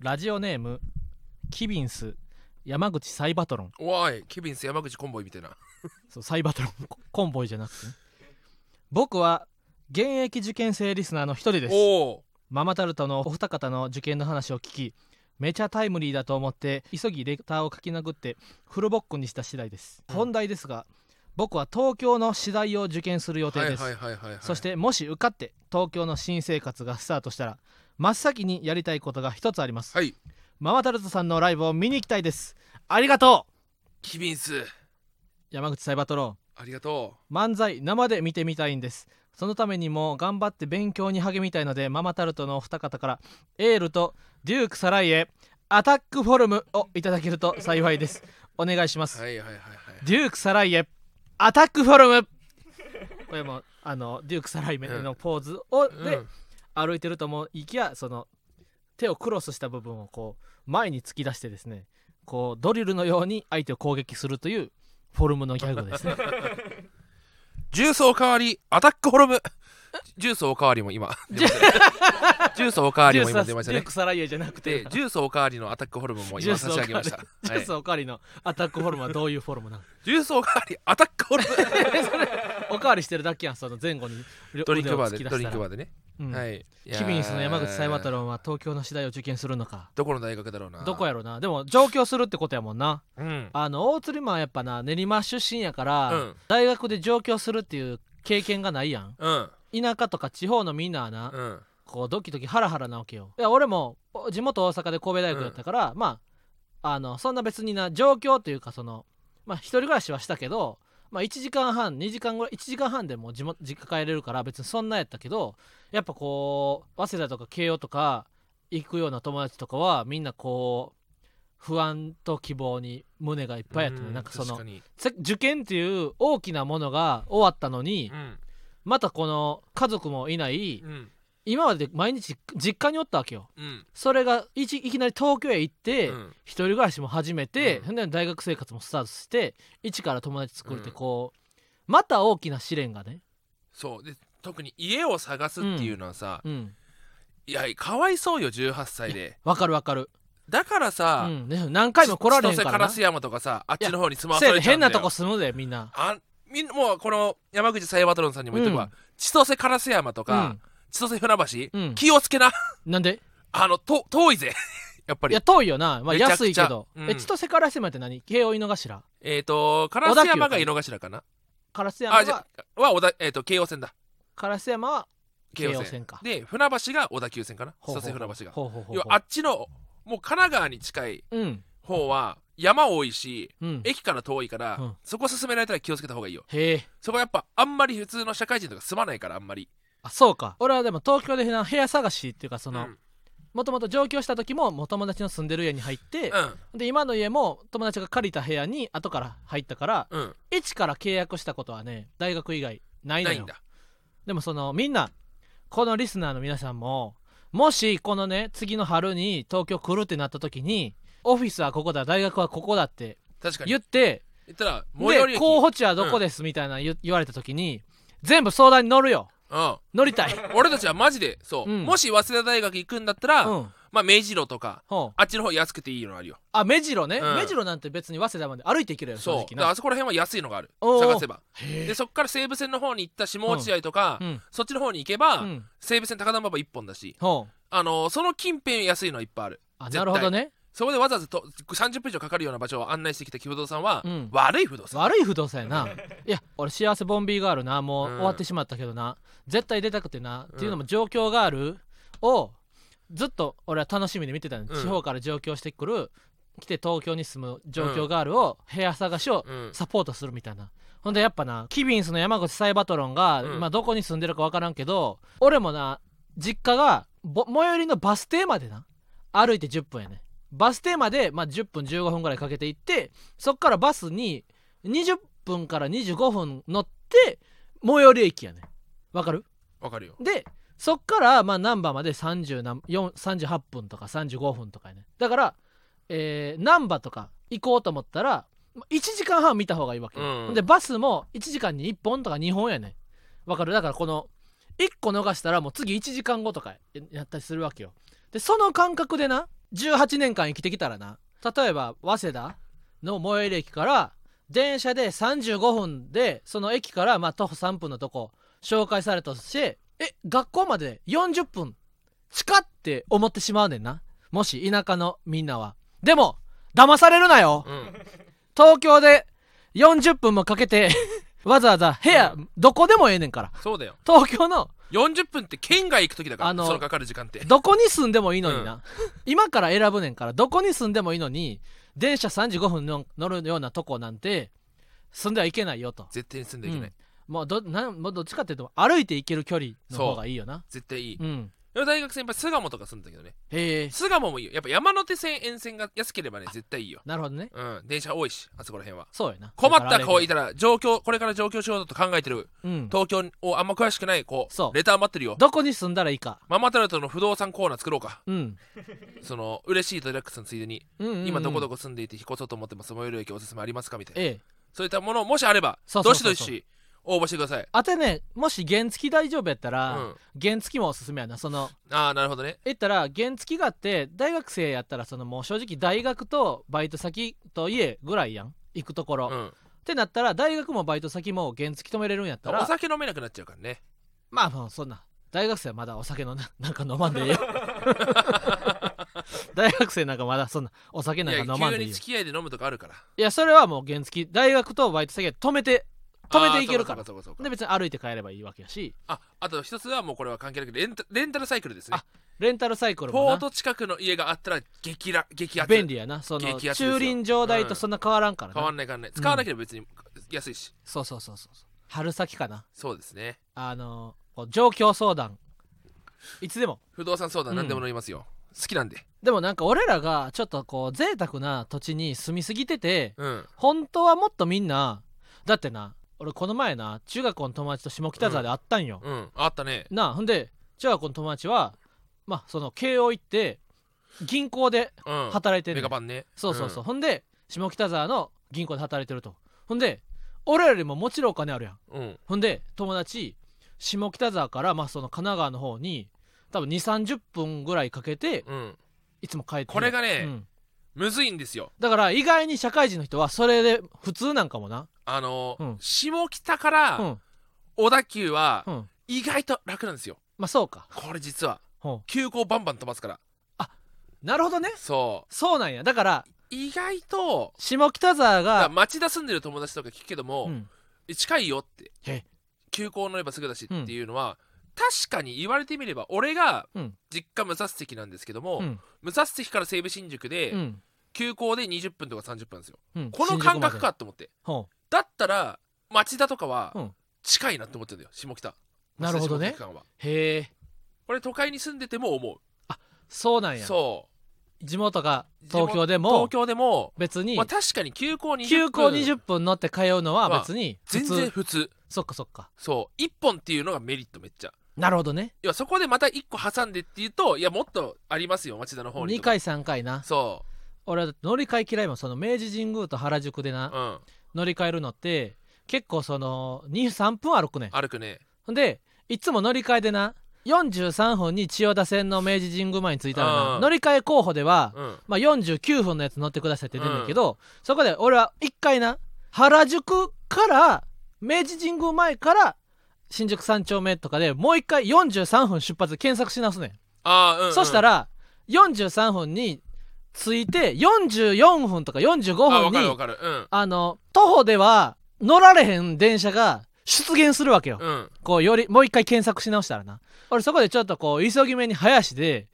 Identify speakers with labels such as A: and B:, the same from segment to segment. A: ラジオネームキビンス山口サイバトロン
B: おいケビンス山口コンボイみたいな
A: そうサイバトロンココンボイじゃなくて、ね、僕は現役受験生リスナーの一人です
B: おお
A: ママタルトのお二方の受験の話を聞きめちゃタイムリーだと思って急ぎレターを書き殴ってフルボッコにした次第です、
B: うん
A: 本題ですが僕は東京の次第を受験する予定
B: はい
A: です、
B: はいはいはいはい
A: そしてもし受かって東京の新生活がスタートしたら真っ先にやりたいことが一つあります、
B: はい
A: ママタルトさんのライブを見に行きたいですありがとう
B: ケビンス
A: 山口サイバトロン
B: ありがと
A: 漫才生で見てみたいんですそのためにも頑張って勉強に励みたいのでママタルトのお二方からエールとデュークサライエアタックフォルムをいただけると幸いですお願いしま
B: う
A: す、
B: はいはいはいはい
A: デュークサライエアタックフォルムこれもあのデュークサライエのポーズを、で
B: うん
A: 歩いてると思いきやその手をクロスした部分をこう前に突き出してですねこうドリルのように相手を攻撃するというフォルムのギャグです ね
B: 重曹おかわりアタックホルム重曹おかわりも 今出ましたね重曹おかわりも今出ました
A: デュー
B: ね
A: クサライエじゃなくて
B: で重曹おかわりのアタックホルムも
A: ジュー
B: 今
A: ス
B: 差
A: お
B: し
A: か
B: 上
A: わ
B: げ
A: り
B: ました
A: ジュースおかわりのアタックフォルムはどういうフォルムなの
B: 重曹おかわりアタッ クホルム
A: おかわりしてるだけやんその前後に両
B: ドリンクバー
A: 腕を突き
B: で
A: 出
B: ド
A: し
B: リン
A: たら
B: クバーでね
A: うん
B: はい
A: キビンスの山口サイバト
B: ロ
A: ロンは東京の次第を受験するのか
B: どこの大学だろうな
A: どこやろなでも上京するってことやもんな
B: うん
A: あの大鶴マンやっぱな練馬出身やから、
B: うん
A: 大学で上京するっていう経験がないやん
B: うん
A: 田舎とか地方のみんなはな、
B: うん
A: こうドキドキハラハラなわけよいや俺もお地元大阪で神戸大学だったから、まああのそんな別にな状況というかそのまあ一人暮らしはしたけどまあ1時間半2時間ぐらい1時間半でもう地元実家帰れるから別にそんなやったけどやっぱこう早稲田とか慶応とか行くような友達とかはみんなこう不安と希望に胸がいっぱいやったね
B: うん
A: なんかそ
B: 確
A: の
B: かに
A: せ受験っていう大きなものが終わったのに
B: うん
A: またこの家族もいない
B: うん
A: 今まで毎日実家におったわけよ
B: うん
A: それがいちいきなり東京へ行って、
B: うん
A: 一人暮らしも始めて、
B: うん
A: そんで大学生活もスタートして一から友達作るって
B: うん
A: こう、また大きな試練がね、
B: そうで特に家を探すっていうのはさ
A: うん、
B: いやかわいそうよ18歳で
A: わかるわかる、
B: だから
A: う
B: さ
A: んね、何回も来られへんからな
B: 瀬烏山とかさあっちの方に住まわ
A: せ
B: さ
A: や
B: れ
A: で
B: ちゃう
A: 変
B: んだよ
A: なとこ住むでみんな
B: あみんもうこの山口サイバトロンさんにも言ってば、
A: うん
B: 千歳烏山とか、千歳船橋、
A: うん
B: 気をつけな
A: うん、なんで
B: あのと遠いぜ やっぱ
A: い
B: り
A: や遠いよな、まあ、
B: めちゃくちゃ
A: 安いけど、
B: うん
A: え千歳烏山って何慶応井の頭
B: えっ、ー、と
A: 小田
B: 烏
A: 急か
B: 山が井の頭かな
A: 烏
B: あ
A: 山
B: じ
A: は
B: ゃは小田えっ、と京王線だ
A: 烏山は
B: 京
A: 京
B: 王
A: 王
B: 線
A: 線か
B: で船橋が小田急線かな
A: ほうほ
B: 千
A: う
B: 歳船橋が
A: ほうほうほう
B: 要はあっちのもう神奈川に近い
A: うん
B: 方は山多いし
A: うん
B: 駅から遠いから、
A: うん
B: そこ進められたら気をつけた方がいいよ
A: へえ
B: そこやっぱあんまり普通の社会人とか住まないからあんまり
A: あそうか俺はでも東京でな部屋探しっていうかその、
B: うん
A: もともと上京した時ももう友達の住んでる家に入って
B: う、ん
A: で今の家も友達が借りた部屋に後から入ったから
B: うん
A: 一から契約したことはね大学以外ないの
B: ないん
A: よ
B: だ
A: でもそのみんなこのリスナーの皆さんももしこのね次の春に東京来るってなった時にオフィスはここだ大学はここだって
B: 確かに
A: 言って
B: 言ったら最寄
A: で
B: り駅
A: 候補地はどこですみたいな言,、言われた時に全部相談に乗るよ
B: うん、
A: 乗りた い
B: 俺たちはマジでそう、
A: うん
B: もし早稲田大学行くんだったら、
A: うん
B: まあ明治路とか
A: ほう
B: あっちの方安くていいのあるよ
A: あ目白ね、
B: うん
A: 目白なんて別に早稲田まで歩いていけるよ正
B: そ
A: 直
B: うだから
A: な
B: あそこら辺は安いのがある
A: おー
B: 探せば
A: へ
B: でそっから西武線の方に行った下落合とか、
A: うん
B: そっちの方に行けば、
A: うん
B: 西武線高田馬場1本だし、
A: ほう
B: あのーその近辺安いのはいっぱいある
A: あ
B: 絶
A: な
B: 対
A: るほどね
B: そこでわざわざと30分以上かかるような場所を案内してきた木不動さんは、
A: うん
B: 悪い不動産
A: 悪い不動産やないや俺幸せボンビーガールなもう
B: うん
A: 終わってしまったけどな、絶対出たくてな、
B: うん
A: っていうのも状況があるをずっと俺は楽しみに見てたの、
B: うん
A: 地方から上京してくる来て東京に住む状況があるを部屋探しを
B: うん
A: サポートするみたいな、ほんでやっぱなキビンスの山口サイバトロンが、
B: うん
A: 今どこに住んでるか分からんけど俺もな実家がぼ最寄りのバス停までな歩いて10分やねバス停まで、まあ、10分15分ぐらいかけて行ってそっからバスに20分から25分乗って最寄り駅やねわかる
B: わかるよ
A: でそっからまあ難波まで30何4 38分とか35分とかやねだから、えー、難波とか行こうと思ったらまあ1時間半見た方がいいわけよ、
B: うんうん
A: でバスも1時間に1本とか2本やねわかるだからこの1個逃したらもう次1時間後とかややったりするわけよでその感覚でな18年間生きてきたらな例えば早稲田の最寄り駅から電車で35分でその駅からまあ徒歩3分のとこ紹介されたとしてえ学校まで40分近って思ってしまうねんなもし田舎のみんなはでも騙されるなよ
B: うん
A: 東京で40分もかけて わざわざ部屋どこでもええねんから
B: そうだよ
A: 東京の
B: 40分って県外行く時だから
A: あの
B: そのかかる時間って
A: どこに住んでもいいのにな、 今から選ぶねんからどこに住んでもいいのに電車35分の乗るようなとこなんて住んではいけないよと
B: 絶対に住んでいけない、
A: もうどなんもうどっちかっていうと歩いて行ける距離の方がいいよな
B: 絶対いい、
A: うん
B: でも大学先輩巣鴨とか住んだけどね
A: へえ
B: 巣鴨もいいよやっぱ山手線沿線が安ければね絶対いいよ
A: なるほどね
B: うん電車多いしあそこら辺は
A: そうやな
B: 困った子い
A: だ
B: たら上京これから上京しようと考えてる
A: からあれやけどうん
B: 東京をあんま詳しくない子
A: そう
B: レター待ってるよ
A: どこに住んだらいいか
B: ママタルトの不動産コーナー作ろうか
A: うん
B: その嬉しいとリラックスのついでに
A: うんうんうん
B: 今どこどこ住んでいて引っ越そうと思ってます最寄り駅おすすめありますかみたいな
A: ええ
B: そういったものもしあれば
A: そうそ
B: ど
A: う
B: し
A: そ
B: ど
A: うそう
B: し応募してください
A: あとねもし原付大丈夫やったら、
B: うん
A: 原付もおすすめやなその
B: ああなるほどね
A: 言ったら原付があって大学生やったらそのもう正直大学とバイト先と家ぐらいやん行くところ、
B: う
A: っ
B: ん
A: てなったら大学もバイト先も原付止めれるんやった
B: お
A: ら
B: 酒飲めなくなっちゃうからね
A: まあまあそんな大学生はまだお酒のな なんか飲まんでいいよ大学生なんかまだそんなお酒
B: い
A: なんか
B: や
A: 飲まん
B: 急
A: でいい
B: に
A: よ
B: 付き合いで飲むとかあるから
A: いやそれはもう原付大学とバイト先は止めて止めていけるから
B: あーそうそうそうそう
A: で別に歩いて帰ればいいわけやし
B: ああと一つはもうこれは関係なくレンタレンタルサイクルですね
A: あレンタルサイクルも
B: ポ
A: な
B: ート近くの家があったら激ら激アツ
A: 便利やなそ
B: 激
A: の
B: アツですよ
A: 駐輪場代とそんな変わらんからな、
B: 変わんない変わんない使わなければ別に安いし、
A: そうそうそうそうそう春先かな
B: そうですね
A: あのこう状況相談いつでも
B: 不動産相談
A: うん
B: 何でも乗りますよ、好きなんで
A: でもなんか俺らがちょっとこう贅沢な土地に住みすぎてて
B: うん
A: 本当はもっとみんなだってな俺この前な中学校の友達と下北沢で会ったんよ、
B: うんあったね
A: なあほんで中学校の友達はまあその慶応行って銀行で
B: うん
A: 働いて
B: メ
A: る、
B: ガパンね
A: そうそうそう、ほんで下北沢の銀行で働いてるとほんで俺らよりももちろんお金あるやん
B: うん、うん
A: ほんで友達下北沢から、まあ、その神奈川の方に多分2 3 0分ぐらいかけて
B: うん
A: いつも帰ってる
B: これがね
A: うん
B: むずいんですよ
A: だから意外に社会人の人はそれで普通なんかもな
B: あのー
A: うん
B: 下北か
A: う
B: ら
A: ん
B: 小田急は
A: うん
B: 意外と楽なんですよ
A: まあそうか
B: これ実は
A: ほ
B: 急行バンバン飛ばすから
A: うなるほどね
B: そ
A: そうなんやだから
B: う意外と
A: 下北沢
B: だから
A: が、
B: 町田住んでる友達とか聞くけども、
A: うん、
B: 近いよって
A: へ
B: 急行乗ればすぐだしっていうのは、確かに言われてみれば俺が
A: うん
B: 実家武蔵関なんですけども、
A: うん
B: 武蔵関から西武新宿で、
A: うん
B: 急行で20分とか30分ですよ
A: うん
B: この感覚かと思って
A: ほ
B: だったら町田とかは
A: うん
B: 近いなって思ってるんだよ下北
A: なるほどね
B: 町田下北間は
A: うへえ
B: これ都会に住んでても思
A: そうな
B: うん
A: や
B: そ
A: 地元が
B: う
A: 東京でも
B: 東京でも、
A: 別に、
B: まあ、確かに急行20分
A: 休校20分乗って通うのは別に普
B: 全
A: 通、
B: 然普通
A: そっかそっか
B: そう1本っていうのがメリットめっちゃ
A: なるほどね
B: いやそこでまた1個挟んでっていうといやもっとありますよ町田の方
A: 2
B: にとか
A: 回3回な
B: そ
A: 俺は乗り換え嫌いもんその明治神宮と原宿でな、
B: ううん
A: 乗り換えるのって結構その23分歩くねん
B: 歩くね
A: ほんでいつも乗り換えでな43分に千代田線の明治神宮前に着いたらな
B: うん
A: 乗り換え候補では、
B: うん
A: まあ、49分のやつ乗ってくださいって出るんだけど、そこで俺は1回な原宿から明治神宮前から新宿三丁目とかでもう1回43分出発で検索し直すねん
B: ああうん、うん、
A: そしたら43分に着いて44分とか
B: あわ
A: 45分
B: かる
A: に
B: わかるうん
A: あの徒歩では乗られへん電車が出現するわけよ、
B: うん
A: こうよりもう一回検索し直したらな俺そこでちょっとこう急ぎ目に早足で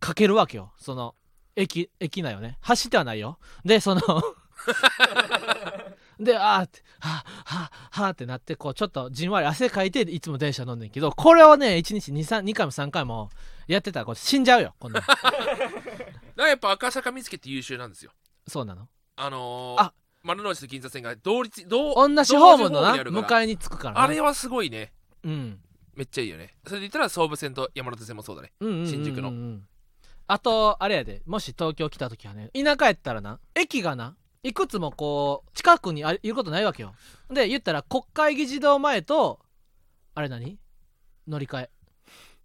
A: かけるわけよその駅駅内をね走ってはないよで そのであーってはあはあはあってなってこうちょっとじんわり汗かいていつも電車乗んねんけどこれをね1日 2, 3 2回も3回もやってたらこう死んじゃうよ こんなん
B: だからやっぱ赤坂見附って優秀なんですよ
A: そうなの
B: あのー、
A: あ
B: 丸の内と銀座線が同率同
A: 同じホームのな
B: 同時ホームにあるから
A: 迎えに着くからな
B: あれはすごいね
A: うん
B: めっちゃいいよねそれで言ったら総武線と山手線もそうだね
A: うんうんうんうん
B: 新宿の
A: あとあれやでもし東京来た時はね田舎やったらな駅がないくつもこう近くにあいることないわけよで言ったら国会議事堂前とあれ何乗り換え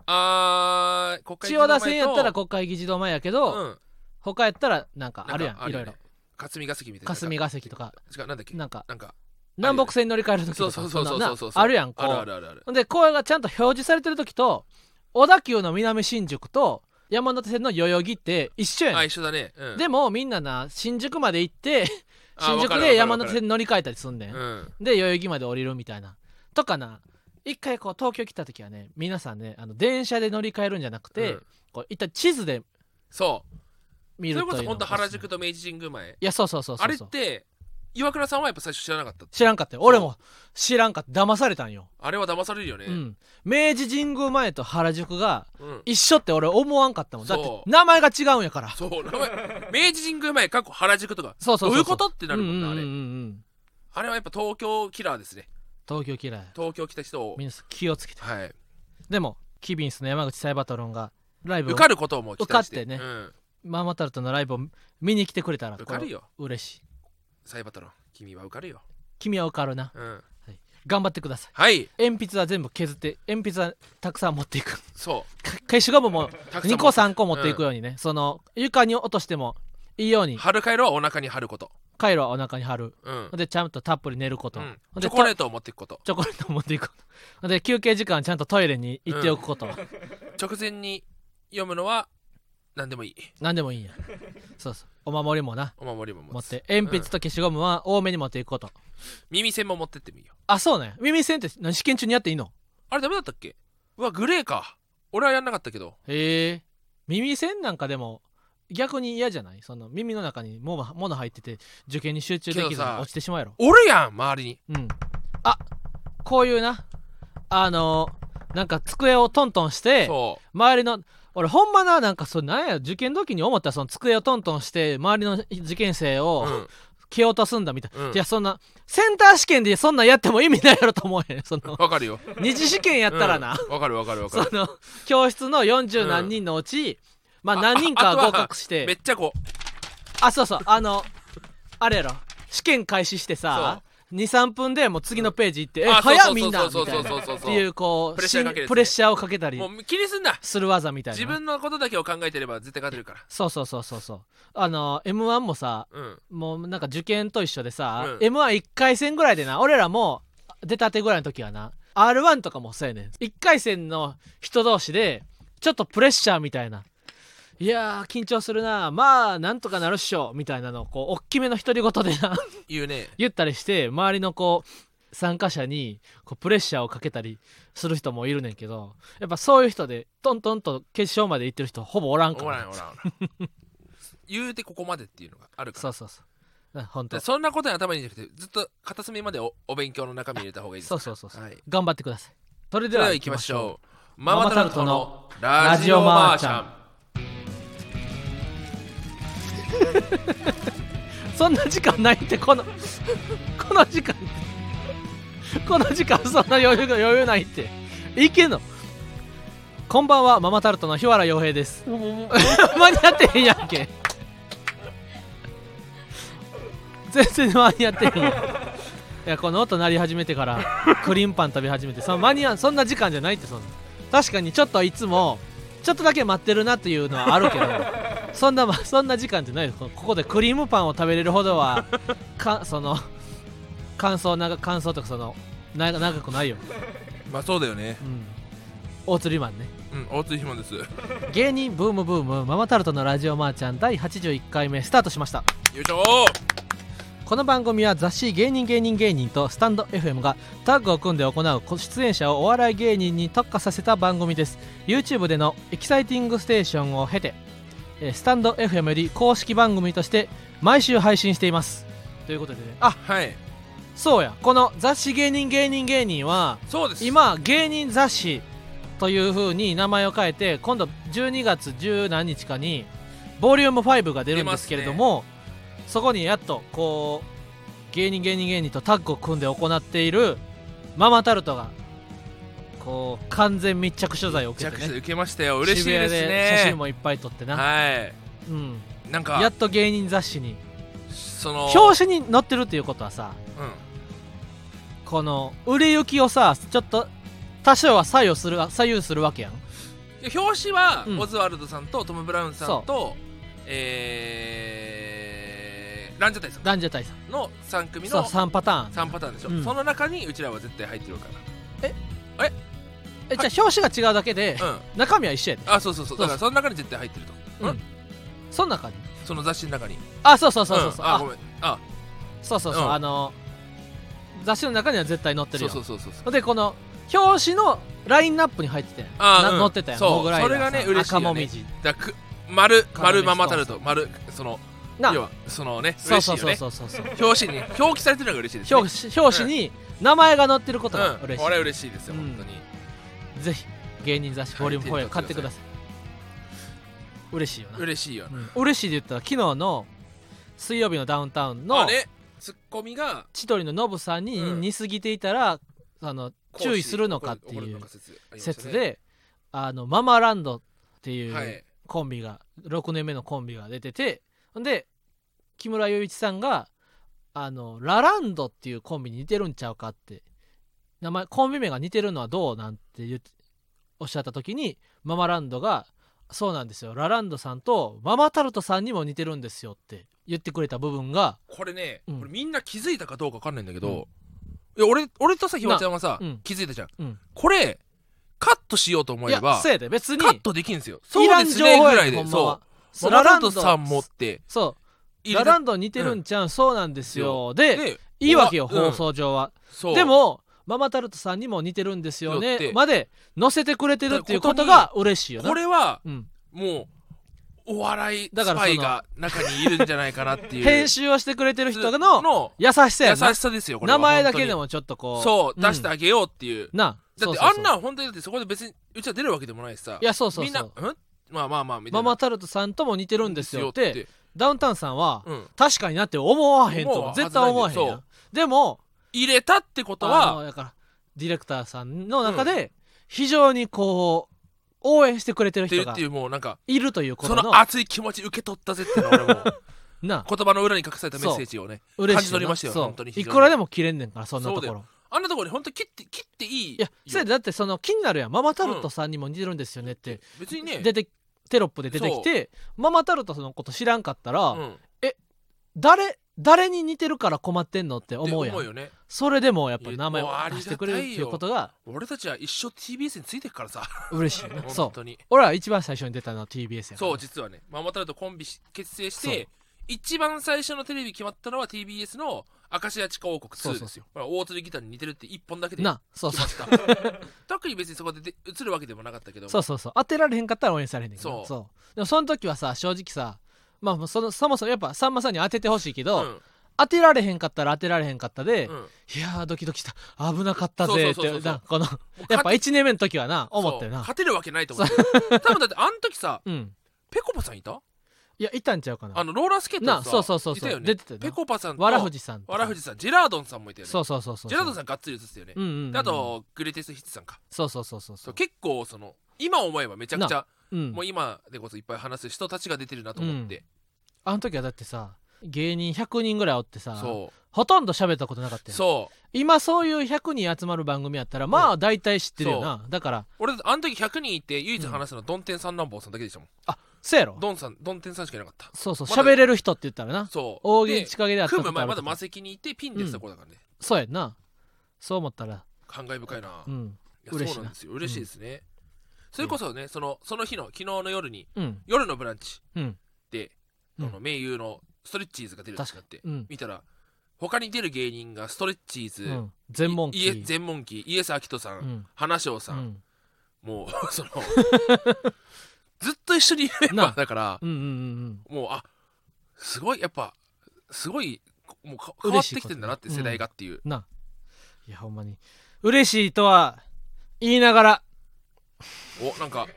B: あー国会
A: 千代田線やったら国会議事堂前やけど、
B: うん
A: 他やったらなんかあるや
B: なんか
A: んいろいろ
B: ね霞が関みたいな
A: 霞が関とか
B: 違うなんだっけ
A: なんか
B: なんか
A: 南北線乗り換える時
B: そ
A: と
B: うそ
A: か
B: うそうそう
A: な
B: そ
A: な
B: うそう
A: あるやんこ
B: あるあ
A: う
B: るあるある
A: ほんで声がちゃんと表示されてる時と小田急の南新宿と山手線の代々木って一緒や
B: あ
A: ねん
B: 一緒だね、うん、
A: でもみんなな新宿まで行って
B: あ
A: 新
B: わ
A: 宿
B: かるわか
A: で
B: る
A: 山手線乗り換えたりすんねん
B: うん
A: で代々木まで降りるみたいなとかな一回こう東京来た時はね皆さんねあの電車で乗り換えるんじゃなくて、
B: うん
A: こう一旦地図で
B: そう
A: 見
B: そ
A: る
B: れ
A: という
B: こそ本当
A: のがおす
B: 原
A: すめ
B: 宿と明治神宮前
A: いやそうそうそうそう
B: あれって岩倉さんはやっぱ最初知らなかった
A: 知らんかったよ俺も知らんかった騙されたんよ、
B: あれは騙されるよね、
A: うん明治神宮前と原宿が
B: うん
A: 一緒って俺思わんかったもんだって
B: そう
A: 名前が違うんやから
B: そう名前明治神宮前かっこ原宿とか
A: そうそうそう
B: どういうことってなるもんな、
A: うんうん
B: あ
A: う
B: れ
A: んうん
B: あれはやっぱ東京キラーですね
A: 東京嫌い
B: 東京来た人を
A: みんな気をつけて
B: はい
A: でもキビンスの山口サイバトロンがライブ
B: 受
A: を
B: かることをもう期待して
A: 受かってね
B: うん、
A: ママタルトのライブを見に来てくれたら
B: 受かるよ
A: これ嬉しい
B: サイバトロン君は受かるよ、
A: 君は受かるな
B: うん、
A: 頑張ってください
B: はい
A: 鉛筆は全部削って鉛筆はたくさん持っていく か
B: そ
A: 消しゴムも
B: たくさん持
A: 2
B: って
A: 個3個持っていくようにね、その床に落としてもいいよう
B: う
A: に
B: 春回路はお腹に貼ること
A: カイロはお腹に貼る
B: うん
A: ほんでちゃんとたっぷり寝ること、
B: う
A: ほ
B: ん
A: ん
B: チ
A: で
B: ョコレ
A: ー
B: ートを持っていくこと
A: チョコレート持っていくことほんで休憩時間はちゃんとトイレに行っておくこと、
B: 直前に読むのは何でもいい
A: 何でもいいんやそうそうお守りもな
B: お守りも持
A: 持っ
B: つ
A: て鉛筆と消しゴムは多めに持っていくこと、
B: 耳栓も持ってってもいいよ
A: あそうね耳栓って何試験中にやっていいの
B: あれダメだったっけうわグレーか俺はやんなかったけど
A: へえ耳栓なんかでも逆に嫌じゃないその耳の中に物物入ってて受験に集中でき
B: け
A: ず
B: どさ
A: 落ちてしまうやろ
B: おるやん周りに
A: うんあこういうなあのーなんか机をトントンして
B: そう
A: 周りの俺ほんまななんかそれなんや受験時に思ったその机をトントンして周りの受験生を
B: うん
A: 蹴落とすんだみたいな、
B: うん
A: いやそんなセンター試験でそんなんやっても意味ないやろと思うへんその
B: わかるよ
A: 二次試験やったらな、
B: うんわかるわかるわか
A: そ
B: る
A: の教室の40何人のうち、まあ
B: あ
A: 何人か
B: あとは
A: 合格し
B: めってちゃこ
A: あそうそうあのあれやろ試験開始してさ23分でもう次のページ行って「
B: う
A: え
B: あそう
A: 早
B: そ
A: っ
B: う
A: みんな」み
B: そう
A: た
B: そ
A: いう
B: そ
A: な
B: うそうそ
A: って
B: う
A: いうこう
B: プレッシャーかけるやつね
A: プレッシャーをかけたり
B: もう気にすんな
A: する技みたいな
B: 自分のことだけを考えてれば絶対勝てるか
A: そうそうそうそうそうあの m 1もさ
B: らうん
A: もうなんか受験と一緒でさ、
B: うん
A: m 1 1回戦ぐらいでな俺らも出たてぐらいの時はな r 1とかもそうやねん1回戦の人同士でちょっとプレッシャーみたいないやー緊張するなまあなんとかなるっしょみたいなのをこう大きめの独り言でな
B: 言うね
A: 言ったりして周りのこう参加者にこうプレッシャーをかけたりする人もいるねんけどやっぱそういう人でトントンと決勝まで行ってる人ほぼおらんか
B: おら
A: ら
B: んおらんおらん言うてここまでっていうのがあるから
A: そうそうそうなほんと
B: でそんなことに頭に入れなくてずっと片隅までおお勉強の中身入れた方がいいです
A: そうそうそうそう、
B: はい
A: 頑張ってくださいそれで
B: では
A: は
B: 行
A: 行
B: き
A: き
B: ま
A: ま
B: し
A: しょう
B: ょうママタルトのラジオマーちゃん
A: そんな時間ないってこの この時間この時間そんな余裕が余裕ないっていけんのこんばんはママタルトの日原洋平です 間に合ってへんやんけ全然間に合ってへんやんいやこの音鳴り始めてからクリームパン食べ始めてその間に合うそんな時間じゃないってそんな確かにちょっといつもちょっとだけ待ってるなっていうのはあるけどそんな まそんな時間じゃないよここでクリームパンを食べれるほどはかその感想な感想とかそのな長くないよ、
B: まあそうだよね
A: うん、大釣りマンね
B: うん大津ひもですよ
A: 芸人ブームブームママタルトのラジオマーちゃん第81回目スタートしました
B: いしょ
A: この番組は雑誌「芸人芸人芸人」とスタンド FM がタッグを組んで行う出演者をお笑い芸人に特化させた番組です YouTube でのエキサイティングステーションを経てえースタンド FM より公式番組として毎週配信していますということでねあ
B: はい
A: そうやこの雑誌「芸人芸人芸人」は
B: そうです
A: 今芸人雑誌という風に名前を変えて今度12月10何日かにボリューム5が出るんですけれども、そこにやっとこう芸人芸人芸人とタッグを組んで行っているママタルトがこう完全密着取材を受
B: めち
A: けて
B: ゃくちゃ
A: ね
B: 受けましたよ嬉しいです
A: 渋谷で写真
B: ね
A: もいっぱい撮ってな、
B: は
A: うん、
B: いなん
A: やっ
B: か
A: と芸人雑誌に
B: その
A: 表紙に載ってるっていうことはさ
B: うん
A: この売れ行きをさちょっと多少は左右する左右するわけやん
B: 表紙は
A: うん
B: オズワルドさんとトム・ブラウンさんと、ええー、ランジャタイさ
A: ランジャタイさん
B: んの3組
A: そう
B: の
A: 3パターン
B: 3パターンでしょ、
A: うん
B: その中にうちらは絶対入ってるか
A: えじゃあ表紙が違うだけで
B: らうん
A: 中身は一緒やで
B: あそうそうそう
A: そうそう
B: だからその中に絶対入ってると
A: そん中に
B: その雑誌の中に
A: あそうそうそうそうそう
B: うんあ
A: あ
B: ごめんあ
A: そうそうそう
B: うん
A: あの雑誌の中には絶対載ってる
B: そう
A: よ
B: そうそうそうそう
A: でこの表紙のラインナップに入ってて
B: あー
A: な
B: うん
A: 載ってたよ
B: そう
A: モグライダーさん
B: それがね嬉しい
A: 赤
B: よね
A: もみじ
B: だからく丸
A: 鏡
B: 丸ままたると丸その
A: な
B: 要はそのね
A: そう
B: 嬉しい
A: そう
B: よ
A: そう
B: ね
A: そうそうそう
B: 表紙に表記されてるのが嬉しいですね
A: 表紙表紙に名前が載ってることが
B: うん
A: 嬉し
B: これは嬉しいですよ
A: うん
B: 本当に
A: いぜひ芸人雑誌ボリューム4へ買ってください嬉しいよな
B: 嬉しいよ
A: うん嬉しいで言ったら昨日の水曜日のダウンタウンの
B: あねツッコミが
A: 千鳥のノブさんに
B: うん
A: 似すぎていたらあの注意するのかっていう説で、あのママランドってい
B: は
A: う
B: い
A: コンビが、6年目のコンビが出ててほんで木村祐一さんがあのラランドっていうコンビに似てるんちゃうかって名前コンビ名が似てるのはどうなんて言っておっしゃった時にママランドが「そうなんですよラランドさんとママタルトさんにも似てるんですよ」って言ってくれた部分が
B: これね、
A: うん
B: これみんな気づいたかどうかわかんないんだけど、いや俺俺とさひわちゃんはさ、
A: なうん
B: 気づいたじゃん、
A: うん
B: これカットしようと思
A: い
B: え
A: や
B: ば
A: そうやで別に
B: カットできんですよ
A: い
B: そう
A: らん
B: です
A: 情報
B: ね
A: や
B: ぐらい
A: ほ
B: で
A: んま
B: そ
A: は
B: う
A: ララ
B: ララ
A: ン
B: ン
A: ド
B: ドさんもって
A: そう
B: 入れ
A: ラ
B: て
A: ランド似てるんちゃうん、そうなんですよで
B: で
A: いいわけよ
B: うわ
A: 放
B: うん
A: 送上は、
B: そう
A: でもママタルトさんにも似てるんですよ
B: よって
A: ねまで載せてくれてるっていうことが嬉しいよな
B: これは
A: うん、
B: もうお笑い
A: だか
B: ス
A: ら
B: パイ
A: その
B: が中にいるんじゃないかなっていう
A: 編集をしてくれてる人の
B: の
A: 優しさや
B: 優
A: な
B: しさですよこれ
A: 名
B: は
A: 前だけで
B: 本
A: もちょっと
B: 当
A: こ
B: に
A: う
B: そう、
A: ん
B: 出してあげようっていう
A: な
B: だって
A: そうそう
B: あ
A: そうん
B: なん本当にだってそこで別にうちは出るわけでもないしさ
A: いやそうそうそう
B: みんなうんまあまあまあみた
A: マ
B: いな
A: マタルトさんとも似てるんですよってダウンタウンさんは、
B: うん、
A: 確かになって思わへんと
B: 思う
A: 思う
B: は
A: 絶対思わへんや
B: ずなんい
A: でも
B: 入れたってこと
A: あの
B: は
A: だからディレクターさんの中で非常にこう応援してくれてる
B: ってい
A: 人が
B: うっていうもうなんか
A: いるというこ
B: そ
A: との
B: の熱い気持ち受け取ったぜっていうのは俺も
A: な
B: 言葉の裏に隠されたメッセージをね
A: 嬉しいな
B: 感じ取りましたよ
A: そう
B: 本当に非
A: い
B: 常に
A: くらでも切れんねんからそんなとこ
B: そうだ
A: ろ
B: あんなところに本当切って切っていい
A: いやそれ
B: よ
A: だってその気になるやんママタルトさんにも似てるんですよねって、
B: 別にね
A: 出てテロップで出てきてママタルトのこと知らんかったら、
B: うん、
A: 誰誰に似てるから困ってんのって
B: って
A: 思うやん
B: 思うよね
A: それでもやっぱ
B: いや
A: 名前を
B: もうありがたいよ
A: 出してくれるっていうことが
B: 俺たちは一生 TBS についてくからさ
A: 嬉しいな
B: 本
A: そう
B: 当に
A: 俺は一番最初に出たのは TBS やから
B: そう実はねママタルとコンビし結成して一番最初のテレビ決まったのは TBS の「明石家地下王国
A: そう
B: 2」
A: そ
B: で
A: う
B: す
A: そう
B: よほら大鶴ギターに似てるって一本だけで
A: なそう
B: 決
A: そ
B: ま
A: う
B: った特に別にそこでで映るわけでもなかったけど
A: そうそうそう当てられへんかったら応援されへんねんけ
B: そ
A: ど
B: う
A: そうでもその時はさ正直さまあそのそもそもやっぱさんまさんに当ててほしいけ
B: う
A: ど、
B: ん
A: 当てられへんかったら当てられへんかったで、
B: うん
A: いやードキドキした危なかったぜっ
B: そうそうそ
A: て
B: うそう
A: なこのやっぱ1年目の時はな思ったよ
B: そう
A: な
B: 勝てるわけないと思ってた多分だってあの時さ
A: うん
B: ぺこぱさんいた
A: いやいたんちゃうかな
B: あのローラースケート
A: な
B: の
A: そう
B: さ
A: そうそう
B: い
A: そ
B: たよ
A: う
B: ね
A: 出てたよな
B: ぺこぱさんと
A: わらふじさんとか
B: わらふじさんジェラードンさんもいたよね
A: そうそうそうそう
B: ジェラードンさんがっつり映ってたよね
A: うんうんうん
B: であとグレテストヒッツさんか
A: そうそうそうそう
B: そ
A: そう
B: う結構その今思えばめちゃくちゃ
A: うん
B: もう今でこそいっぱい話す人たちが出てるなと思って、
A: あの時はだってさ芸人100人ぐらいおってさ
B: そ
A: ほとんど喋ったことなかっ
B: う
A: たよ
B: そう
A: 今そういう100人集まる番組やったらまあ大体知ってるよなだから
B: 俺あの時100人いて唯一話すのはドンテン三男坊さんだけでしたもん、
A: そうやろ
B: ドンさんドンテンさんしかいなかった
A: そうそう
B: まだ
A: 喋れる人って言ったらな
B: そう
A: 大喜利仕掛けであった
B: 組
A: こ
B: む
A: とあ
B: 前
A: る
B: ま
A: と
B: だ
A: か
B: 魔石にいてピンでした頃だからね、
A: そうやんなそう思ったら
B: 感慨深いな、
A: う
B: い
A: ん
B: や
A: 嬉しいな
B: そうなんですよ嬉しいですね、それこそねそのその日の昨日の夜に
A: うん
B: 「夜のブランチ
A: うん」
B: で、
A: うん
B: あの名優のストレッチーズが出るってなって、
A: うん
B: 見たら他に出る芸人がストレッチーズ、
A: うん全問
B: いいえ
A: 記
B: 全問記イエス・アキトさん、
A: うん
B: 花椒
A: う
B: さん、
A: ん
B: もう そのずっと一緒にいるメン
A: な
B: バーだから
A: うんうんうん
B: もうあすごいやっぱすごいもうか変わっ
A: 嬉しい
B: てきてんだなって
A: こと
B: 世代がっていう、
A: うんないやほんまに嬉しいとは言いながら
B: おなんか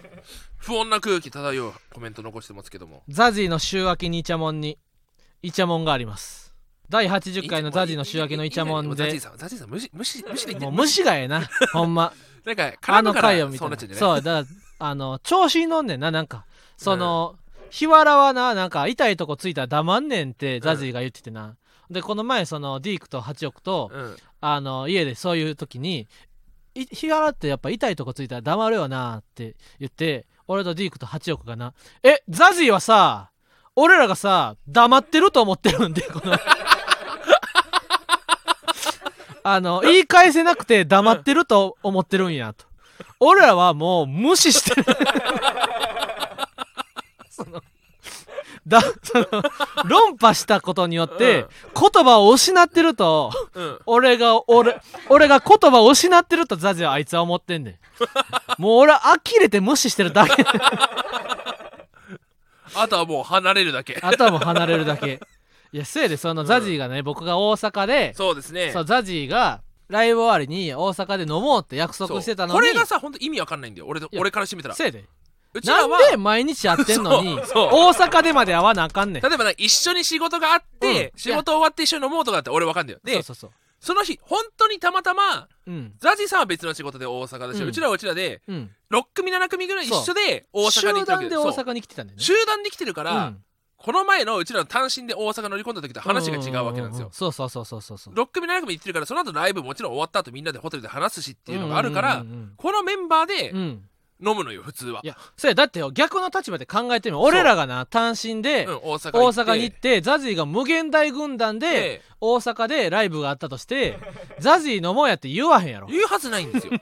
B: 不穏な空気漂うコメント残してますけども
A: ザジーの週明けにイチャモンにイチャモンがあります第80回のザジーの週明けのイチャモン
B: いいねいいね
A: で
B: ザジーさんザジーさん無視無視無視できて
A: もう
B: る
A: 虫がええなほんま
B: なんか
A: あ
B: 絡
A: の
B: むから
A: 回を見た
B: そうな
A: ら
B: っちゃうんじゃない
A: そうだからあの調子に乗んねんななんかその、日原はななんか痛いとこついたら黙んねんってザジーが言っててな、でこの前そのディークとハチオクと、
B: うん
A: あの家でそういう時にい日原ってやっぱ痛いとこついたら黙るよなって言って俺とディークとハチオクがな「えザジーはさ俺らがさ黙ってると思ってるんでこのあの言い返せなくて黙ってると思ってるんやと俺らはもう無視してるそのだその論破したことによって言葉を失ってると
B: うん
A: 俺が俺俺が言葉を失ってるとザゼはあいつは思ってんねんもう俺は呆れて無視してるだけ
B: あとはもう離れるだけ
A: あとはもう離れるだけ。いや、せいで、そのザジーがね、僕が大阪で、
B: そうですね
A: そう、ザジーがライブ終わりに大阪で飲もうって約
B: そう
A: 束してたのに、
B: これがさ本当意味わかんないんだよ俺と
A: いや
B: 俺からしてみたら
A: せいで。
B: うち
A: な
B: ら
A: ん
B: は
A: で毎日会ってんのに、
B: そうそう
A: 大阪でまで会わなあかんねん。
B: 例えばな一緒に仕事があって、
A: うん
B: 仕事終わって一緒に飲もうとかだって俺わかんないよで
A: そう
B: そ
A: そうそう。
B: の日本当にたまたま
A: うん。
B: ザジさんは別の仕事で大阪だし、
A: う
B: うんちらはうちらで
A: うん。
B: 6組7組ぐらい一緒で大阪に行
A: 集
B: ったわけ
A: 団で大
B: そう
A: 阪に来てたんだよね。
B: 集団で来てるから、
A: うん
B: この前のうちらの単身で大阪乗り込んだ時と話が違うわけなんですよ、
A: うそうそうそうそうそうそう。
B: 6組7組行ってるからその後ライブもちろん終わった後みんなでホテルで話すしっていうのがあるから、
A: うんうんうん
B: このメンバーで
A: うんうん。
B: 飲むのよ普通は、
A: いや、せやだってよ、逆の立場で考えてみよう俺らがな、単身で、
B: うん、大阪
A: 大
B: 行って
A: 阪に行ってザジーが無限大軍団で
B: ええ
A: 大阪でライブがあったとしてザジー飲もうやって言わへんやろ
B: 言うはずないん ですよ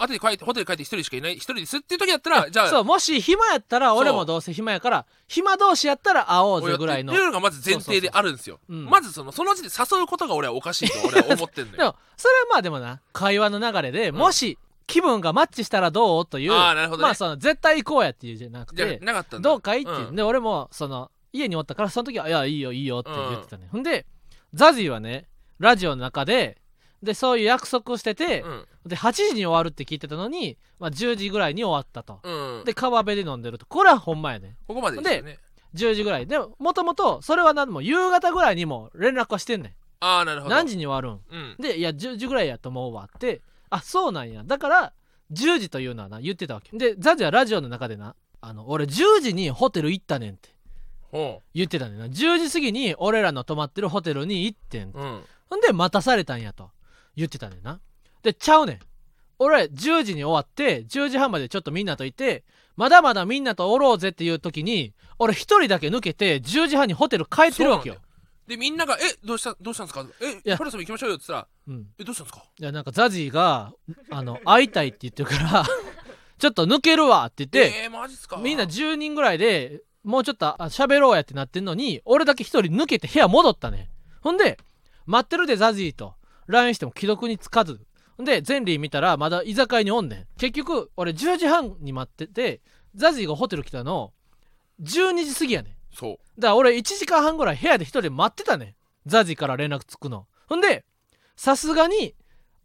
B: 後で帰ってホテル帰って一人しかいない一人ですっていう時だったらじゃあ
A: そうもし暇やったら
B: そう
A: 俺もどうせ暇やから暇同士やったら会おうぜぐらいの
B: っていうのがまず前提であるんですよ
A: そうそうそううん
B: まずそのその時点で誘うことが俺はおかしいと俺は思って んの
A: で
B: よ
A: もそれはまあでもな会話の流れで
B: ん
A: もし気分がマッチしたらどうという
B: あーなるほどね
A: まあその絶対行こうやっていうじゃなく
B: じゃあ
A: て
B: なかったんだ
A: どうかいっていう
B: うん
A: で俺もその家におったからその時は「いやいいよいいよ」って言ってたねほんでザジーはねラジオの中ででそういう約束をしてて、
B: うん
A: で8時に終わるって聞いてたのに、まあ、10時ぐらいに終わったと、
B: うん
A: で川辺で飲んでるとこれはほんまやね
B: ここまでですよね
A: 10時ぐらいでもともとそれは何も夕方ぐらいにも連絡はしてんね
B: ああなる
A: ん
B: ほど
A: 何時に終わる
B: うん
A: んでいや10時ぐらいやと思うわってあそうなんやだから10時というのはな言ってたわけでザジはラジオの中でなあの俺10時にホテル行ったねんって
B: ほ
A: 言ってたねんな10時過ぎに俺らの泊まってるホテルに行ってん
B: ううん
A: ほんで待たされたんやと言ってたねんな。でちゃうねん。俺10時に終わって10時半までちょっとみんなといてまだまだみんなとおろうぜっていう時に俺一人だけ抜けて10時半にホテル帰ってるわけよ。
B: でみんなが「えどうしたどうしたんですか?」え
A: や
B: パルソム行きましょうよ」って言ったら
A: うん、
B: 「えどうしたんですか?
A: いやなんかザジーがあの会いたいって言ってるから ちょっと抜けるわって言」って、
B: えー、マジっすか
A: みんな
B: じ
A: 10人ぐらいでもうちょっとあ喋ろうやってなってんのに俺だけ一人抜けて部屋戻ったね。ほんで待ってるでザジーと LINE しても既読につかずでゼンリー見たらまだ居酒屋におんねん結局俺10時半に待っててザジーがホテル来たの12時過ぎやねん
B: そう
A: だから俺1時間半ぐらい部屋で一人で待ってたねんザジーから連絡つくのほんでさすがに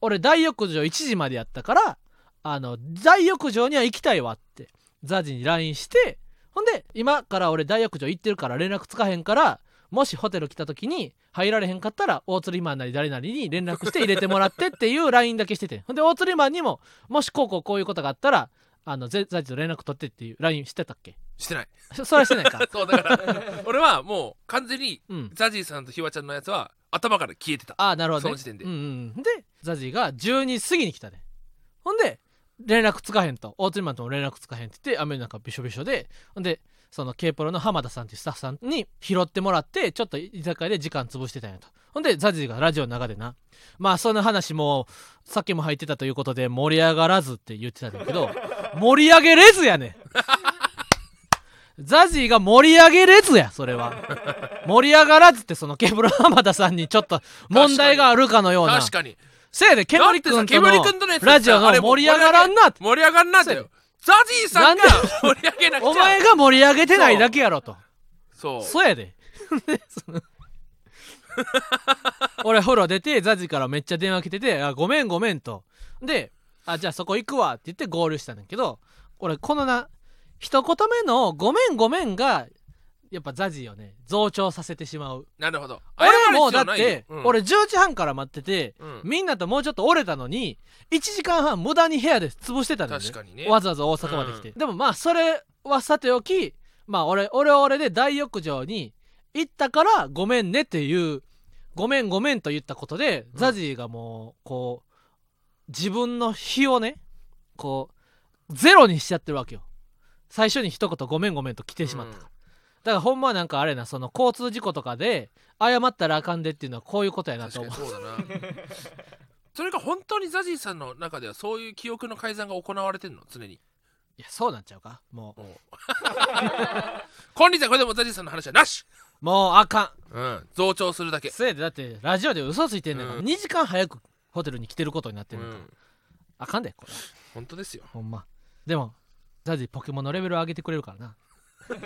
A: 俺大浴場1時までやったからあの大浴場には行きたいわってザジーに LINE してほんで今から俺大浴場行ってるから連絡つかへんからもしホテル来た時に入られへんかったら大釣りマンなり誰なりに連絡して入 れてもらってっていう LINE だけしててほんで大釣りマンにももしこうこうこういうことがあったらあのぜザジーと連絡取ってっていう LINE してたっけ
B: し てない
A: そそれはしてないか
B: そうだから俺はもう完全に
A: うん
B: ザジーさんとひわちゃんのやつは頭から消えてた
A: ああなるほど、ね、
B: その時点で
A: うんうん、でザジーが12過ぎに来たねほんで連絡つかへんと大鳥マンとも連絡つかへんって言って雨の中びしょびしょでほんでその k プロの浜田さんっていうスタッフさんに拾ってもらってちょっと居酒屋で時間潰してたんやとほんでザジーがラジオの中でなまあその話も酒も入ってたということで盛り上がらずって言ってたんだけど盛り上げれずやねんザジーが盛り上げれずやそれは盛り上がらずってそのケーブル浜田さんにちょっと問題があるかのような
B: 確かに
A: せやで煙くんと
B: だってさ煙くんとの
A: の
B: やつさ
A: ラジオの盛り上がらんなって
B: 盛り上がんなんだよザジーさんが盛り上げなくちゃ
A: お前が盛り上げてないだけやろと
B: そう
A: そうやで でその俺風呂出てザジからめっちゃ電話来てて「あごめんごめん」とであ「じゃあそこ行くわ」って言って合流したんだけど俺このな一言目の「ごめんごめん」がやっぱザジをね増長させてしまう
B: なるほど
A: 俺もう
B: 謝
A: だっ
B: る必要ないよ
A: て、
B: うん
A: 俺10時半から待ってて、
B: うん
A: みんなともうちょっと折れたのに1時間半無駄に部屋で潰してたんだよ、ね、
B: 確かにね
A: わざわざ大阪まで来て、でもまあそれはさておきまあ俺俺は俺で大浴場に行ったからごめんねっていうごめんごめんと言ったことで、
B: うん
A: ザジーがもうこう自分の日をねこうゼロにしちゃってるわけよ最初に一言ごめんごめんと来てしまったから、からほんまなんかあれなその交通事故とかで謝ったらあかんでっていうのはこういうことやな
B: 確
A: と
B: かに
A: 思う
B: そうだな それが本当にザジーさんの中ではそういう記憶の改ざんが行われてるの常に
A: いやそうなっちゃうかも
B: もうコンリーさんこれでもザジーさんの話はなし
A: うもうあか
B: うん増長するだ
A: ん
B: け、
A: せいでだってラジオで嘘ついてんねんから、
B: うん
A: 2時間早くホテルに来てることになって
B: う
A: るから、
B: ん、
A: あかんでこれ
B: 本当ですよ
A: ほんまでもザジポケモンのレベルを上げてくれるからな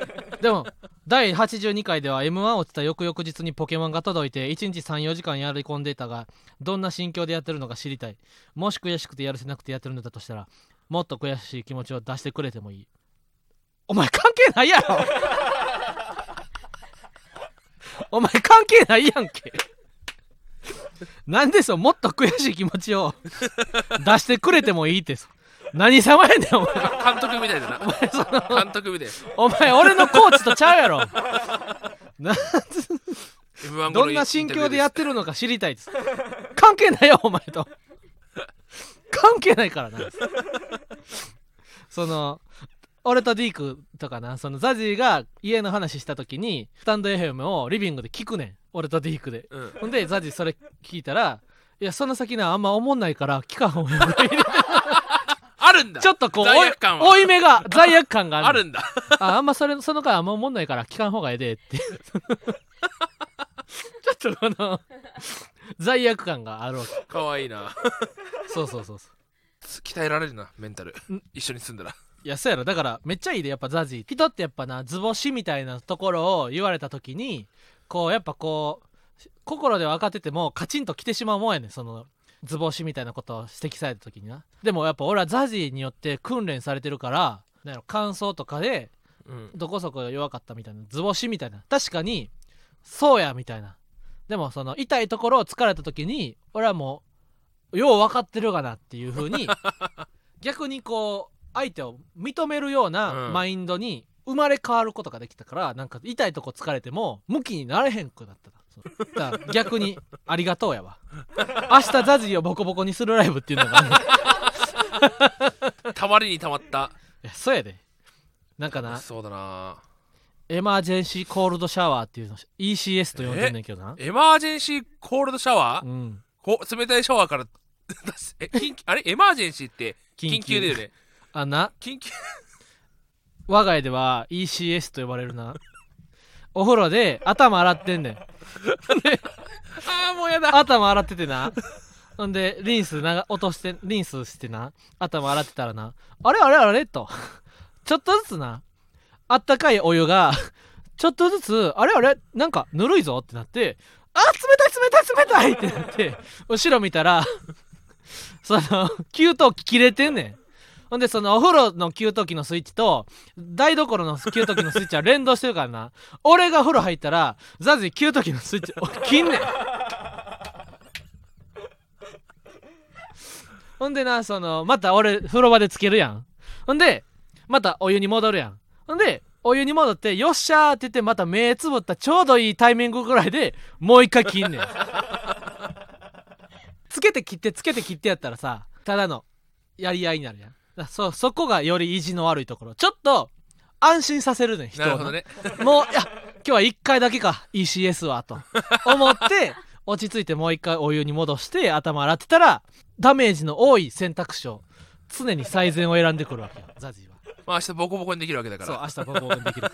A: でも第82回では m 1落ちた翌々日にポケモンが届いて1日34時間やり込んでいたがどんな心境でやってるのか知りたいもし悔しくてやるせなくてやってるのだとしたらもっと悔しい気持ちを出してくれてもいいお前関係ないやろお前関係ないやんけなんでそうもっと悔しい気持ちを出してくれてもいいってそ何様やねんお前
B: 監督みたいだな監督みたい
A: お前俺のコーチとちゃうや ろな
B: M1
A: どんな心境でやってるのか知りたいです関係ないよお前と関係ないからなその俺とディークとかなそのザジーが家の話した時にスタンド FM をリビングで聞くねん俺とディークで
B: うん
A: ほんでザジーそれ聞いたらいやその先なあんま思んないから聞かんほうがい い
B: あるんだ
A: ちょっとこう
B: 罪悪感は
A: 追い目が罪悪感がある
B: あるんだ
A: ああんまそれその回あんま思んないから聞かん方がええでって ちょっとこの罪悪感があろう
B: かわいいな
A: そうそうそうそう
B: 鍛えられるなメンタル
A: ん
B: 一緒に住んだら
A: いやそうやろだからめっちゃいいでやっぱザジー人ってやっぱな図星みたいなところを言われた時にこうやっぱこう心では分かっててもカチンと来てしまうもんやねんその図星みたいなことを指摘された時になでもやっぱ俺はザジーによって訓練されてるからなんやろ感想とかで
B: うん
A: どこそこが弱かったみたいな図星みたいな確かにそうやみたいなでもその痛いところを疲れた時に俺はもうよう分かってるがなっていう風 に逆にこう相手を認めるような
B: うん
A: マインドに生まれ変わることができたからなんか痛いとこ疲れてもムキになれへんくなったなそうだから逆にありがとうやわ明日ザジーをボコボコにするライブっていうのがあるい
B: たまりにたまった
A: やそうやでなんかな
B: そうだな
A: エマージェンシーコールドシャワーっていうの ECS と呼んでんねんけどな
B: エマージェンシーコールドシャワー
A: うん
B: こ冷たいシャワーから 出すえ緊急あれエマージェンシーって緊急だよね
A: あな
B: 緊急
A: 我が家では ECS と呼ばれるなお風呂で頭洗ってんねん
B: ああもうやだ
A: 頭洗っててなほんでリンスなが落としてリンスしてな頭洗ってたらなあれあれあれとちょっとずつなあったかいお湯がちょっとずつあれあれなんかぬるいぞってなってあ冷たい冷たい冷たいってなって後ろ見たらその給湯器切れてんねんほんでそのお風呂の給湯器のスイッチと台所の給湯器のスイッチは連動してるからな俺が風呂入ったらザジ給湯器のスイッチお切んねんほんでな、その、また俺、風呂場でつけるやん。ほんで、またお湯に戻るやん。ほんで、お湯に戻って、よっしゃーって言って、また目つぶったちょうどいいタイミングぐらいでもう一回切 んねん。つけて切って、つけて切ってやったらさ、ただのやり合いになるやん。だそう、そこがより意地の悪いところ。ちょっと、安心させるねん、人
B: な
A: を
B: るほどね
A: もういや今日は1回だけか ECS はと思って落ち着いてもう1回お湯に戻して頭洗ってたらダメージの多い選択肢を常に最善を選んでくるわけよザジーは
B: まあ明日ボコボコにできるわけだか
A: そう
B: ら
A: 明日僕もできる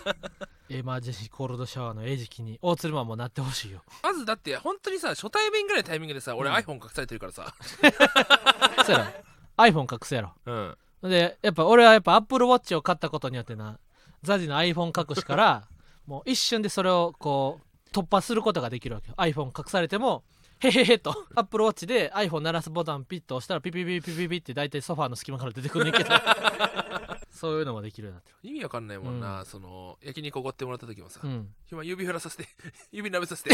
A: エマージェンシーコールドシャワーの餌食に大鶴マンもなってほしいよ
B: まずだって本当にさ初対面ぐらいのタイミングでさ俺
A: うん
B: iPhone 隠されてるからさ
A: そやろ iPhone 隠すやろ
B: うん
A: でやっぱ俺はやっぱ Apple Watch を買ったことによってなザジの iPhone 隠しから もう一瞬でそれをこう突破することができるわけよ iPhone 隠されてもへへへと Apple Watch で iPhone 鳴らすボタンピッと押したらピピピピピピって大体ソファーの隙間から出てくる んだけどそういうのもできるようになって
B: 意味わかんないもんな、その焼肉おごってもらった時もさ、
A: るうん
B: 今指振らさせて 指舐め させて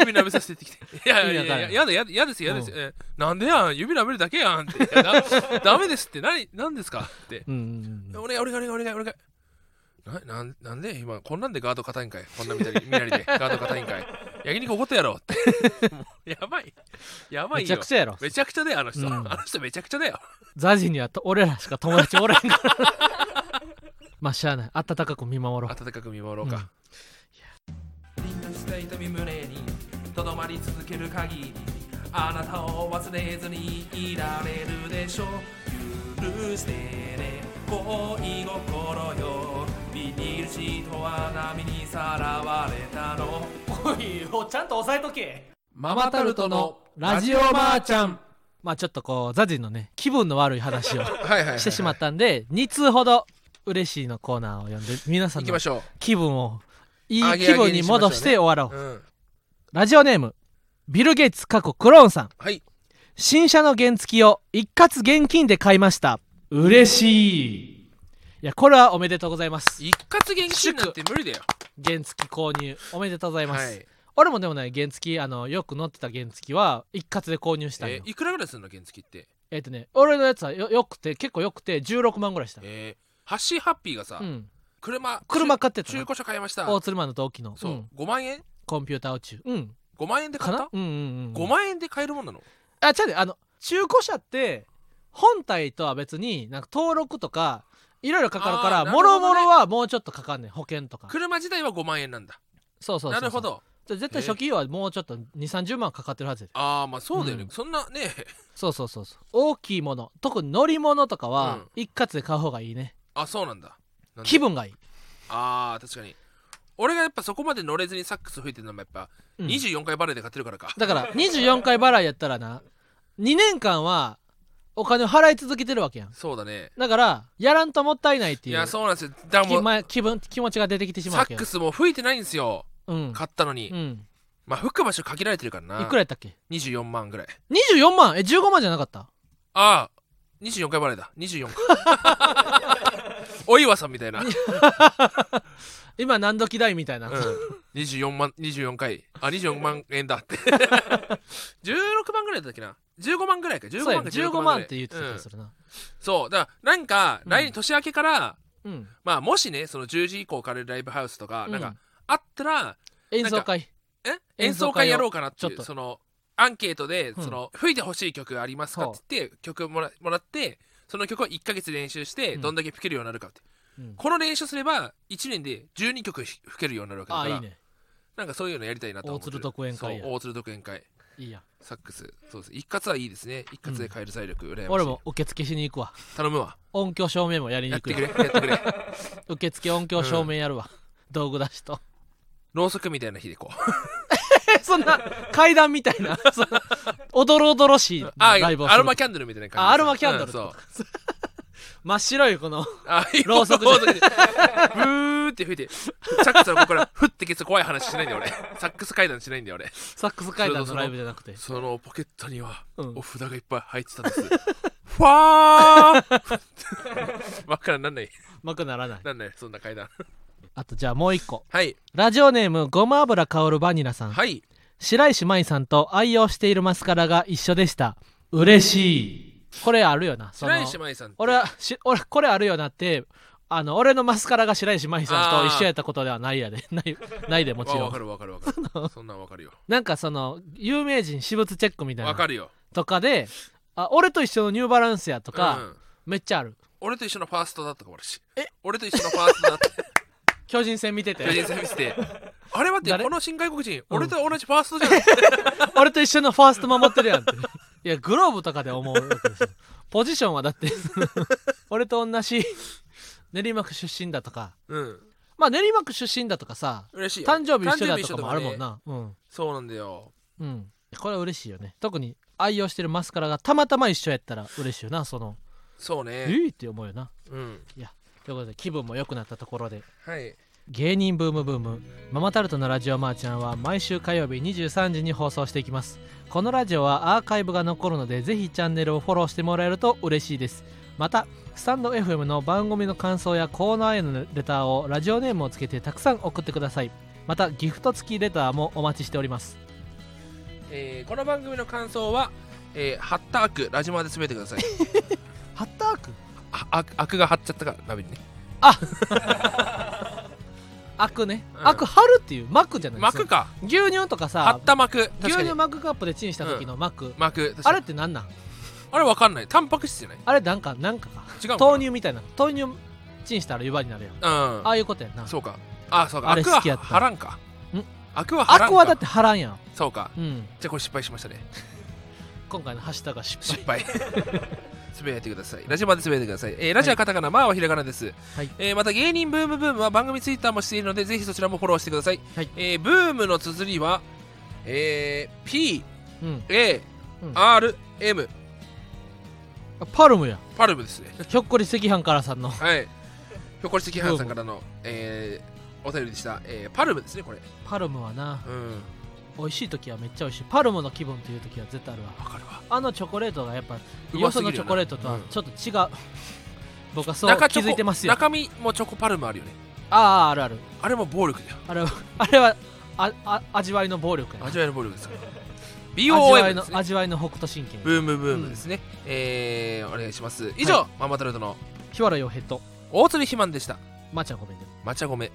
B: 指舐めさせてってきてい やいやいやい
A: 意
B: や
A: 味
B: やだやだやですよやですよ、えなんでやん指舐めるだけやんっていやなダメですって何何ですかって
A: うんうんうん
B: お願いお願いお願いお願いななんなんで今こんなんでガード硬いんかいこんなみたいにみなりでガード硬いんかい焼肉おごったやろって もうやばいやばいよ
A: めちゃくちゃやろ
B: めちゃくちゃだよあの人、
A: うん
B: あの人めちゃくちゃだよ
A: ザジにはと俺らしか友達おらへんから まあしゃあない温かく見守ろう
B: 温かく見守ろうか、
C: 敏感した痛み胸にとどまり続ける限りあなたを忘れずにいられるでしょう許してね恋心よビニールシートは波にさらわれたのおいおちゃんと押さえとけ
B: マ
A: マタルトのラジオばあちゃんまあちょっとこうザジのね気分の悪い 話を
B: はいはいはいはい
A: してしまったんで2通ほど嬉しいのコーナーを読んで皆さ
B: 行
A: ん
B: き
A: の
B: ましょ
A: 気分をいい
B: 上げ
A: 気
B: 上げ
A: 分
B: に
A: に
B: しましょうね
A: 戻して終わ
B: う、
A: ろう
B: うん、
A: ラジオネームビル・ゲイツ過去クローンさん
B: はい
A: 新車の原付を一括現金で買いました嬉しいいやこれはおめでとうございます
B: 一括現金なんて無理だよ
A: 原付購入おめでとうございます、
B: はい
A: 俺もでもね原付あのよく乗ってた原付は一括で購入したんよ
B: えーいくらぐらいするの原付って
A: えっ、とね俺のやつはよよくて結構よくて16万ぐらいした、
B: えーハッシーハッピーがさ、
A: うん
B: 車
A: 車買ってた
B: 中古車買いました
A: 大鶴マンの同期の
B: そう、
A: ん
B: 5万円
A: コンピューター宇宙うん
B: 5万円で買
A: か
B: っ
A: な
B: た
A: うんうんうん
B: 5万円で買えるもんなの
A: あ違うねあの中古車って本体とは別になんか登録とかいろいろかかるか
B: あー
A: ら
B: なる
A: も
B: ほど
A: ろ
B: ね
A: もろはもうちょっとかかんねん保険とか
B: 車自体は5万円なんだ
A: そうそうそうそう
B: なるほど
A: じゃあ絶対初期費用はもうちょっと2 3 0万かかってるはずやで
B: ああまあそうだよね、
A: うん
B: そんなね
A: そうそうそうそう大きいもの特に乗り物とかは一括で買う方がいいね、
B: あそうなんだなんで
A: 気分がいい、
B: ああ確かに俺がやっぱそこまで乗れずにサックス吹いてるのもやっぱ
A: うん
B: 24回バレーで買ってるからか、
A: だから24回払いやったらな2年間はお金を払い続けてるわけやん
B: そうだね
A: だからやらんともったいないって
B: い
A: いう
B: やそうなんですよだから
A: 気,、
B: もう
A: ま、気分気持ちが出てきてしまう
B: サ
A: わけ
B: ッ
A: や
B: クスも吹いてないんですよ
A: うん、
B: 買ったのに、
A: うん、
B: まあ吹く場所限られてるからない
A: くらやったっけ
B: 24万ぐらい
A: 24万え15万じゃなかった
B: ああ24回バレーだ24回 お岩さんみたいな、うん、
A: 今何時代みたいな、
B: 24万24回あ24万円だって 16万ぐらいだったっけな15万ぐらいか15
A: そうやん
B: 万か
A: 15
B: 16
A: 万
B: 万
A: って言ってた
B: ぐ
A: 気
B: らい
A: がするな
B: うんそうだからなんか
A: うん
B: 来年年明けから、
A: うん、
B: まあもしねその10時以降からライブハウスとか、
A: うん
B: なんかあったら
A: 演奏会
B: え
A: 演
B: 演
A: 奏
B: 奏
A: 会を
B: 会やろうかなって
A: ちょ
B: い
A: っ
B: う
A: と
B: そのアンケートで、
A: うん
B: その吹いてほしい曲ありますかって言って曲もらもらってその曲を1ヶ月練習して
A: うん
B: どんだけ吹けるようになるかって、
A: うん
B: この練習すれば1年で12曲吹けるようになるわけだ
A: あ
B: か
A: あ
B: ら
A: いいね
B: なんかそういうのやりたいなと思って
A: 大鶴特演会や
B: そう大鶴特演会
A: いいや
B: サックスそうです一括はいいですね一括で買える財力、羨ましい
A: 俺も受付しに行くわ
B: 頼むわ
A: 音響照明もやりに
B: や
A: 行く
B: って
A: よ
B: くれやってくれ
A: 受付音響照明やるわ、道具出しと
B: ろうそくみたいな日でこう
A: え そんな階段みたいな そんなおどろおどろしい
B: あ
A: ライブを
B: ア
A: す
B: ロ
A: る
B: マキャンドルみたいな感じ
A: あアロマキャンド
B: う
A: ル
B: んそう
A: 真っ白いこの
B: あ
A: ろうそくで
B: ろうそくでブーって吹いてサックスのここからふって消す怖い話しないんだ よ俺サックス階段しないんだよ俺
A: サックス階段のライブじゃなくて
B: そのポケットには
A: うん
B: お札がいっぱい入ってたんです ファー 真っからなんないう
A: まくならない
B: なんないそんな階段
A: あとじゃあもう一個
B: はい
A: ラジオネームごま油香るバニラさん
B: はい
A: 白石麻衣さんと愛用しているマスカラが一緒でした嬉しいこれあるよなその
B: 白石麻衣さんって
A: 俺はし俺これあるよなってあの俺のマスカラが白石麻衣さんと一緒やったことではないやで ないないでもち
B: あ
A: ろ
B: わ
A: ん
B: かるわかるわかるそんなんわかるよ
A: なんかその有名人私物チェックみたい
B: わ
A: な
B: かるよ
A: とかであ俺と一緒のニューバランスやとか、
B: うん
A: めっちゃある
B: 俺と一緒のファーストだったかもし俺と一緒のファーストだった
A: 巨人戦見 てて
B: 巨人戦見せてあれ待って
A: 誰
B: この新外国人
A: うん
B: 俺と同じファーストじ ゃん
A: 俺と一緒のファースト守ってるやんって いやグローブとかで思うわけですよポジションはだって 俺と同じ練馬区出身だとか
B: うん
A: まあ練馬区出身だとかさ
B: 嬉しいよ
A: 誕生日一緒だとかもあ
B: 誕生
A: るもん
B: 日一緒ね
A: な、うん
B: そうなんだよ
A: うんこれは嬉しいよね特に愛用してるマスカラがたまたま一緒やったら嬉しいよなその
B: そう
A: え
B: ね
A: ーって思うよな
B: うん
A: ということで気分も良くなったところで
B: はい
A: 芸人ブームブームママタルトのラジオマーちゃんは毎週火曜日23時に放送していきますこのラジオはアーカイブが残るのでぜひチャンネルをフォローしてもらえると嬉しいですまたスタンド FM の番組の感想やコーナーへのレターをラジオネームをつけてたくさん送ってくださいまたギフト付きレターもお待ちしております
B: えーこの番組の感想はえーハッタークラジマで滑って ください
A: ハッターク
B: ああアクが張っちゃったから鍋にね
A: アクね、
B: うん
A: アク貼るっていうマックじゃないです
B: 膜か
A: 牛乳とか
B: 張
A: さ
B: った膜
A: 牛
B: 確か
A: 乳
B: に
A: マックカップでチンした時のマック、
B: 膜確か
A: あ
B: に
A: れってなんなん
B: あれわかんないタンパク質じゃない
A: あれなんかなんかか
B: 違うのかな
A: 豆乳みたいな豆乳チンしたら湯葉になるやん
B: うん
A: ああいうことやんな
B: そうかあそうか
A: あれ
B: 悪は
A: 好きやった
B: はらんか
A: ん
B: 悪ははらん
A: ア
B: か
A: クアだってはらんやん、
B: そうか
A: うん、
B: じゃあこれ失敗しましたね
A: 今回のハッシュタグは失敗
B: 失敗 つぶやいてくださいラジオまでつぶやいてください、えーラジオはカタカナ、マーはひらがなです、
A: はい
B: えーまた芸人ブームブームは番組ツイッターもしているのでぜひそちらもフォローしてください、
A: はい
B: えーブームの綴りは、えー P
A: うん、
B: A
A: うん
B: R M
A: パルムや
B: パルムですね
A: ひょっこり赤飯からさんの
B: はいひょこり赤飯さんからの、えーお便りでした、えーパルムですねこれ
A: パルムはな
B: うん
A: 美味しい時はめっちゃ美味しいパルムの気分という時は絶対あるわ
B: わかるわ
A: あのチョコレートがやっぱ
B: う
A: よ
B: ます
A: そ
B: ぎる
A: のチ
B: よな
A: ョコレートとはちょっと違う、僕はそう
B: 中
A: 気
B: チョコ
A: づいてますよあ
B: 中身もチョコパルムあるよね
A: ああるある
B: あれも暴力だよ
A: あれはあれはああ味わいの暴力やな
B: 味わいの暴力ですから BOM
A: 味わい
B: で
A: の
B: すね
A: 味わいの北斗神拳
B: ブームブームですね、えーお願いします以上、ママタルトの
A: 日原洋平と
B: 大鶴ひまんでした
A: まーちゃんごめんね
B: まちゃごめ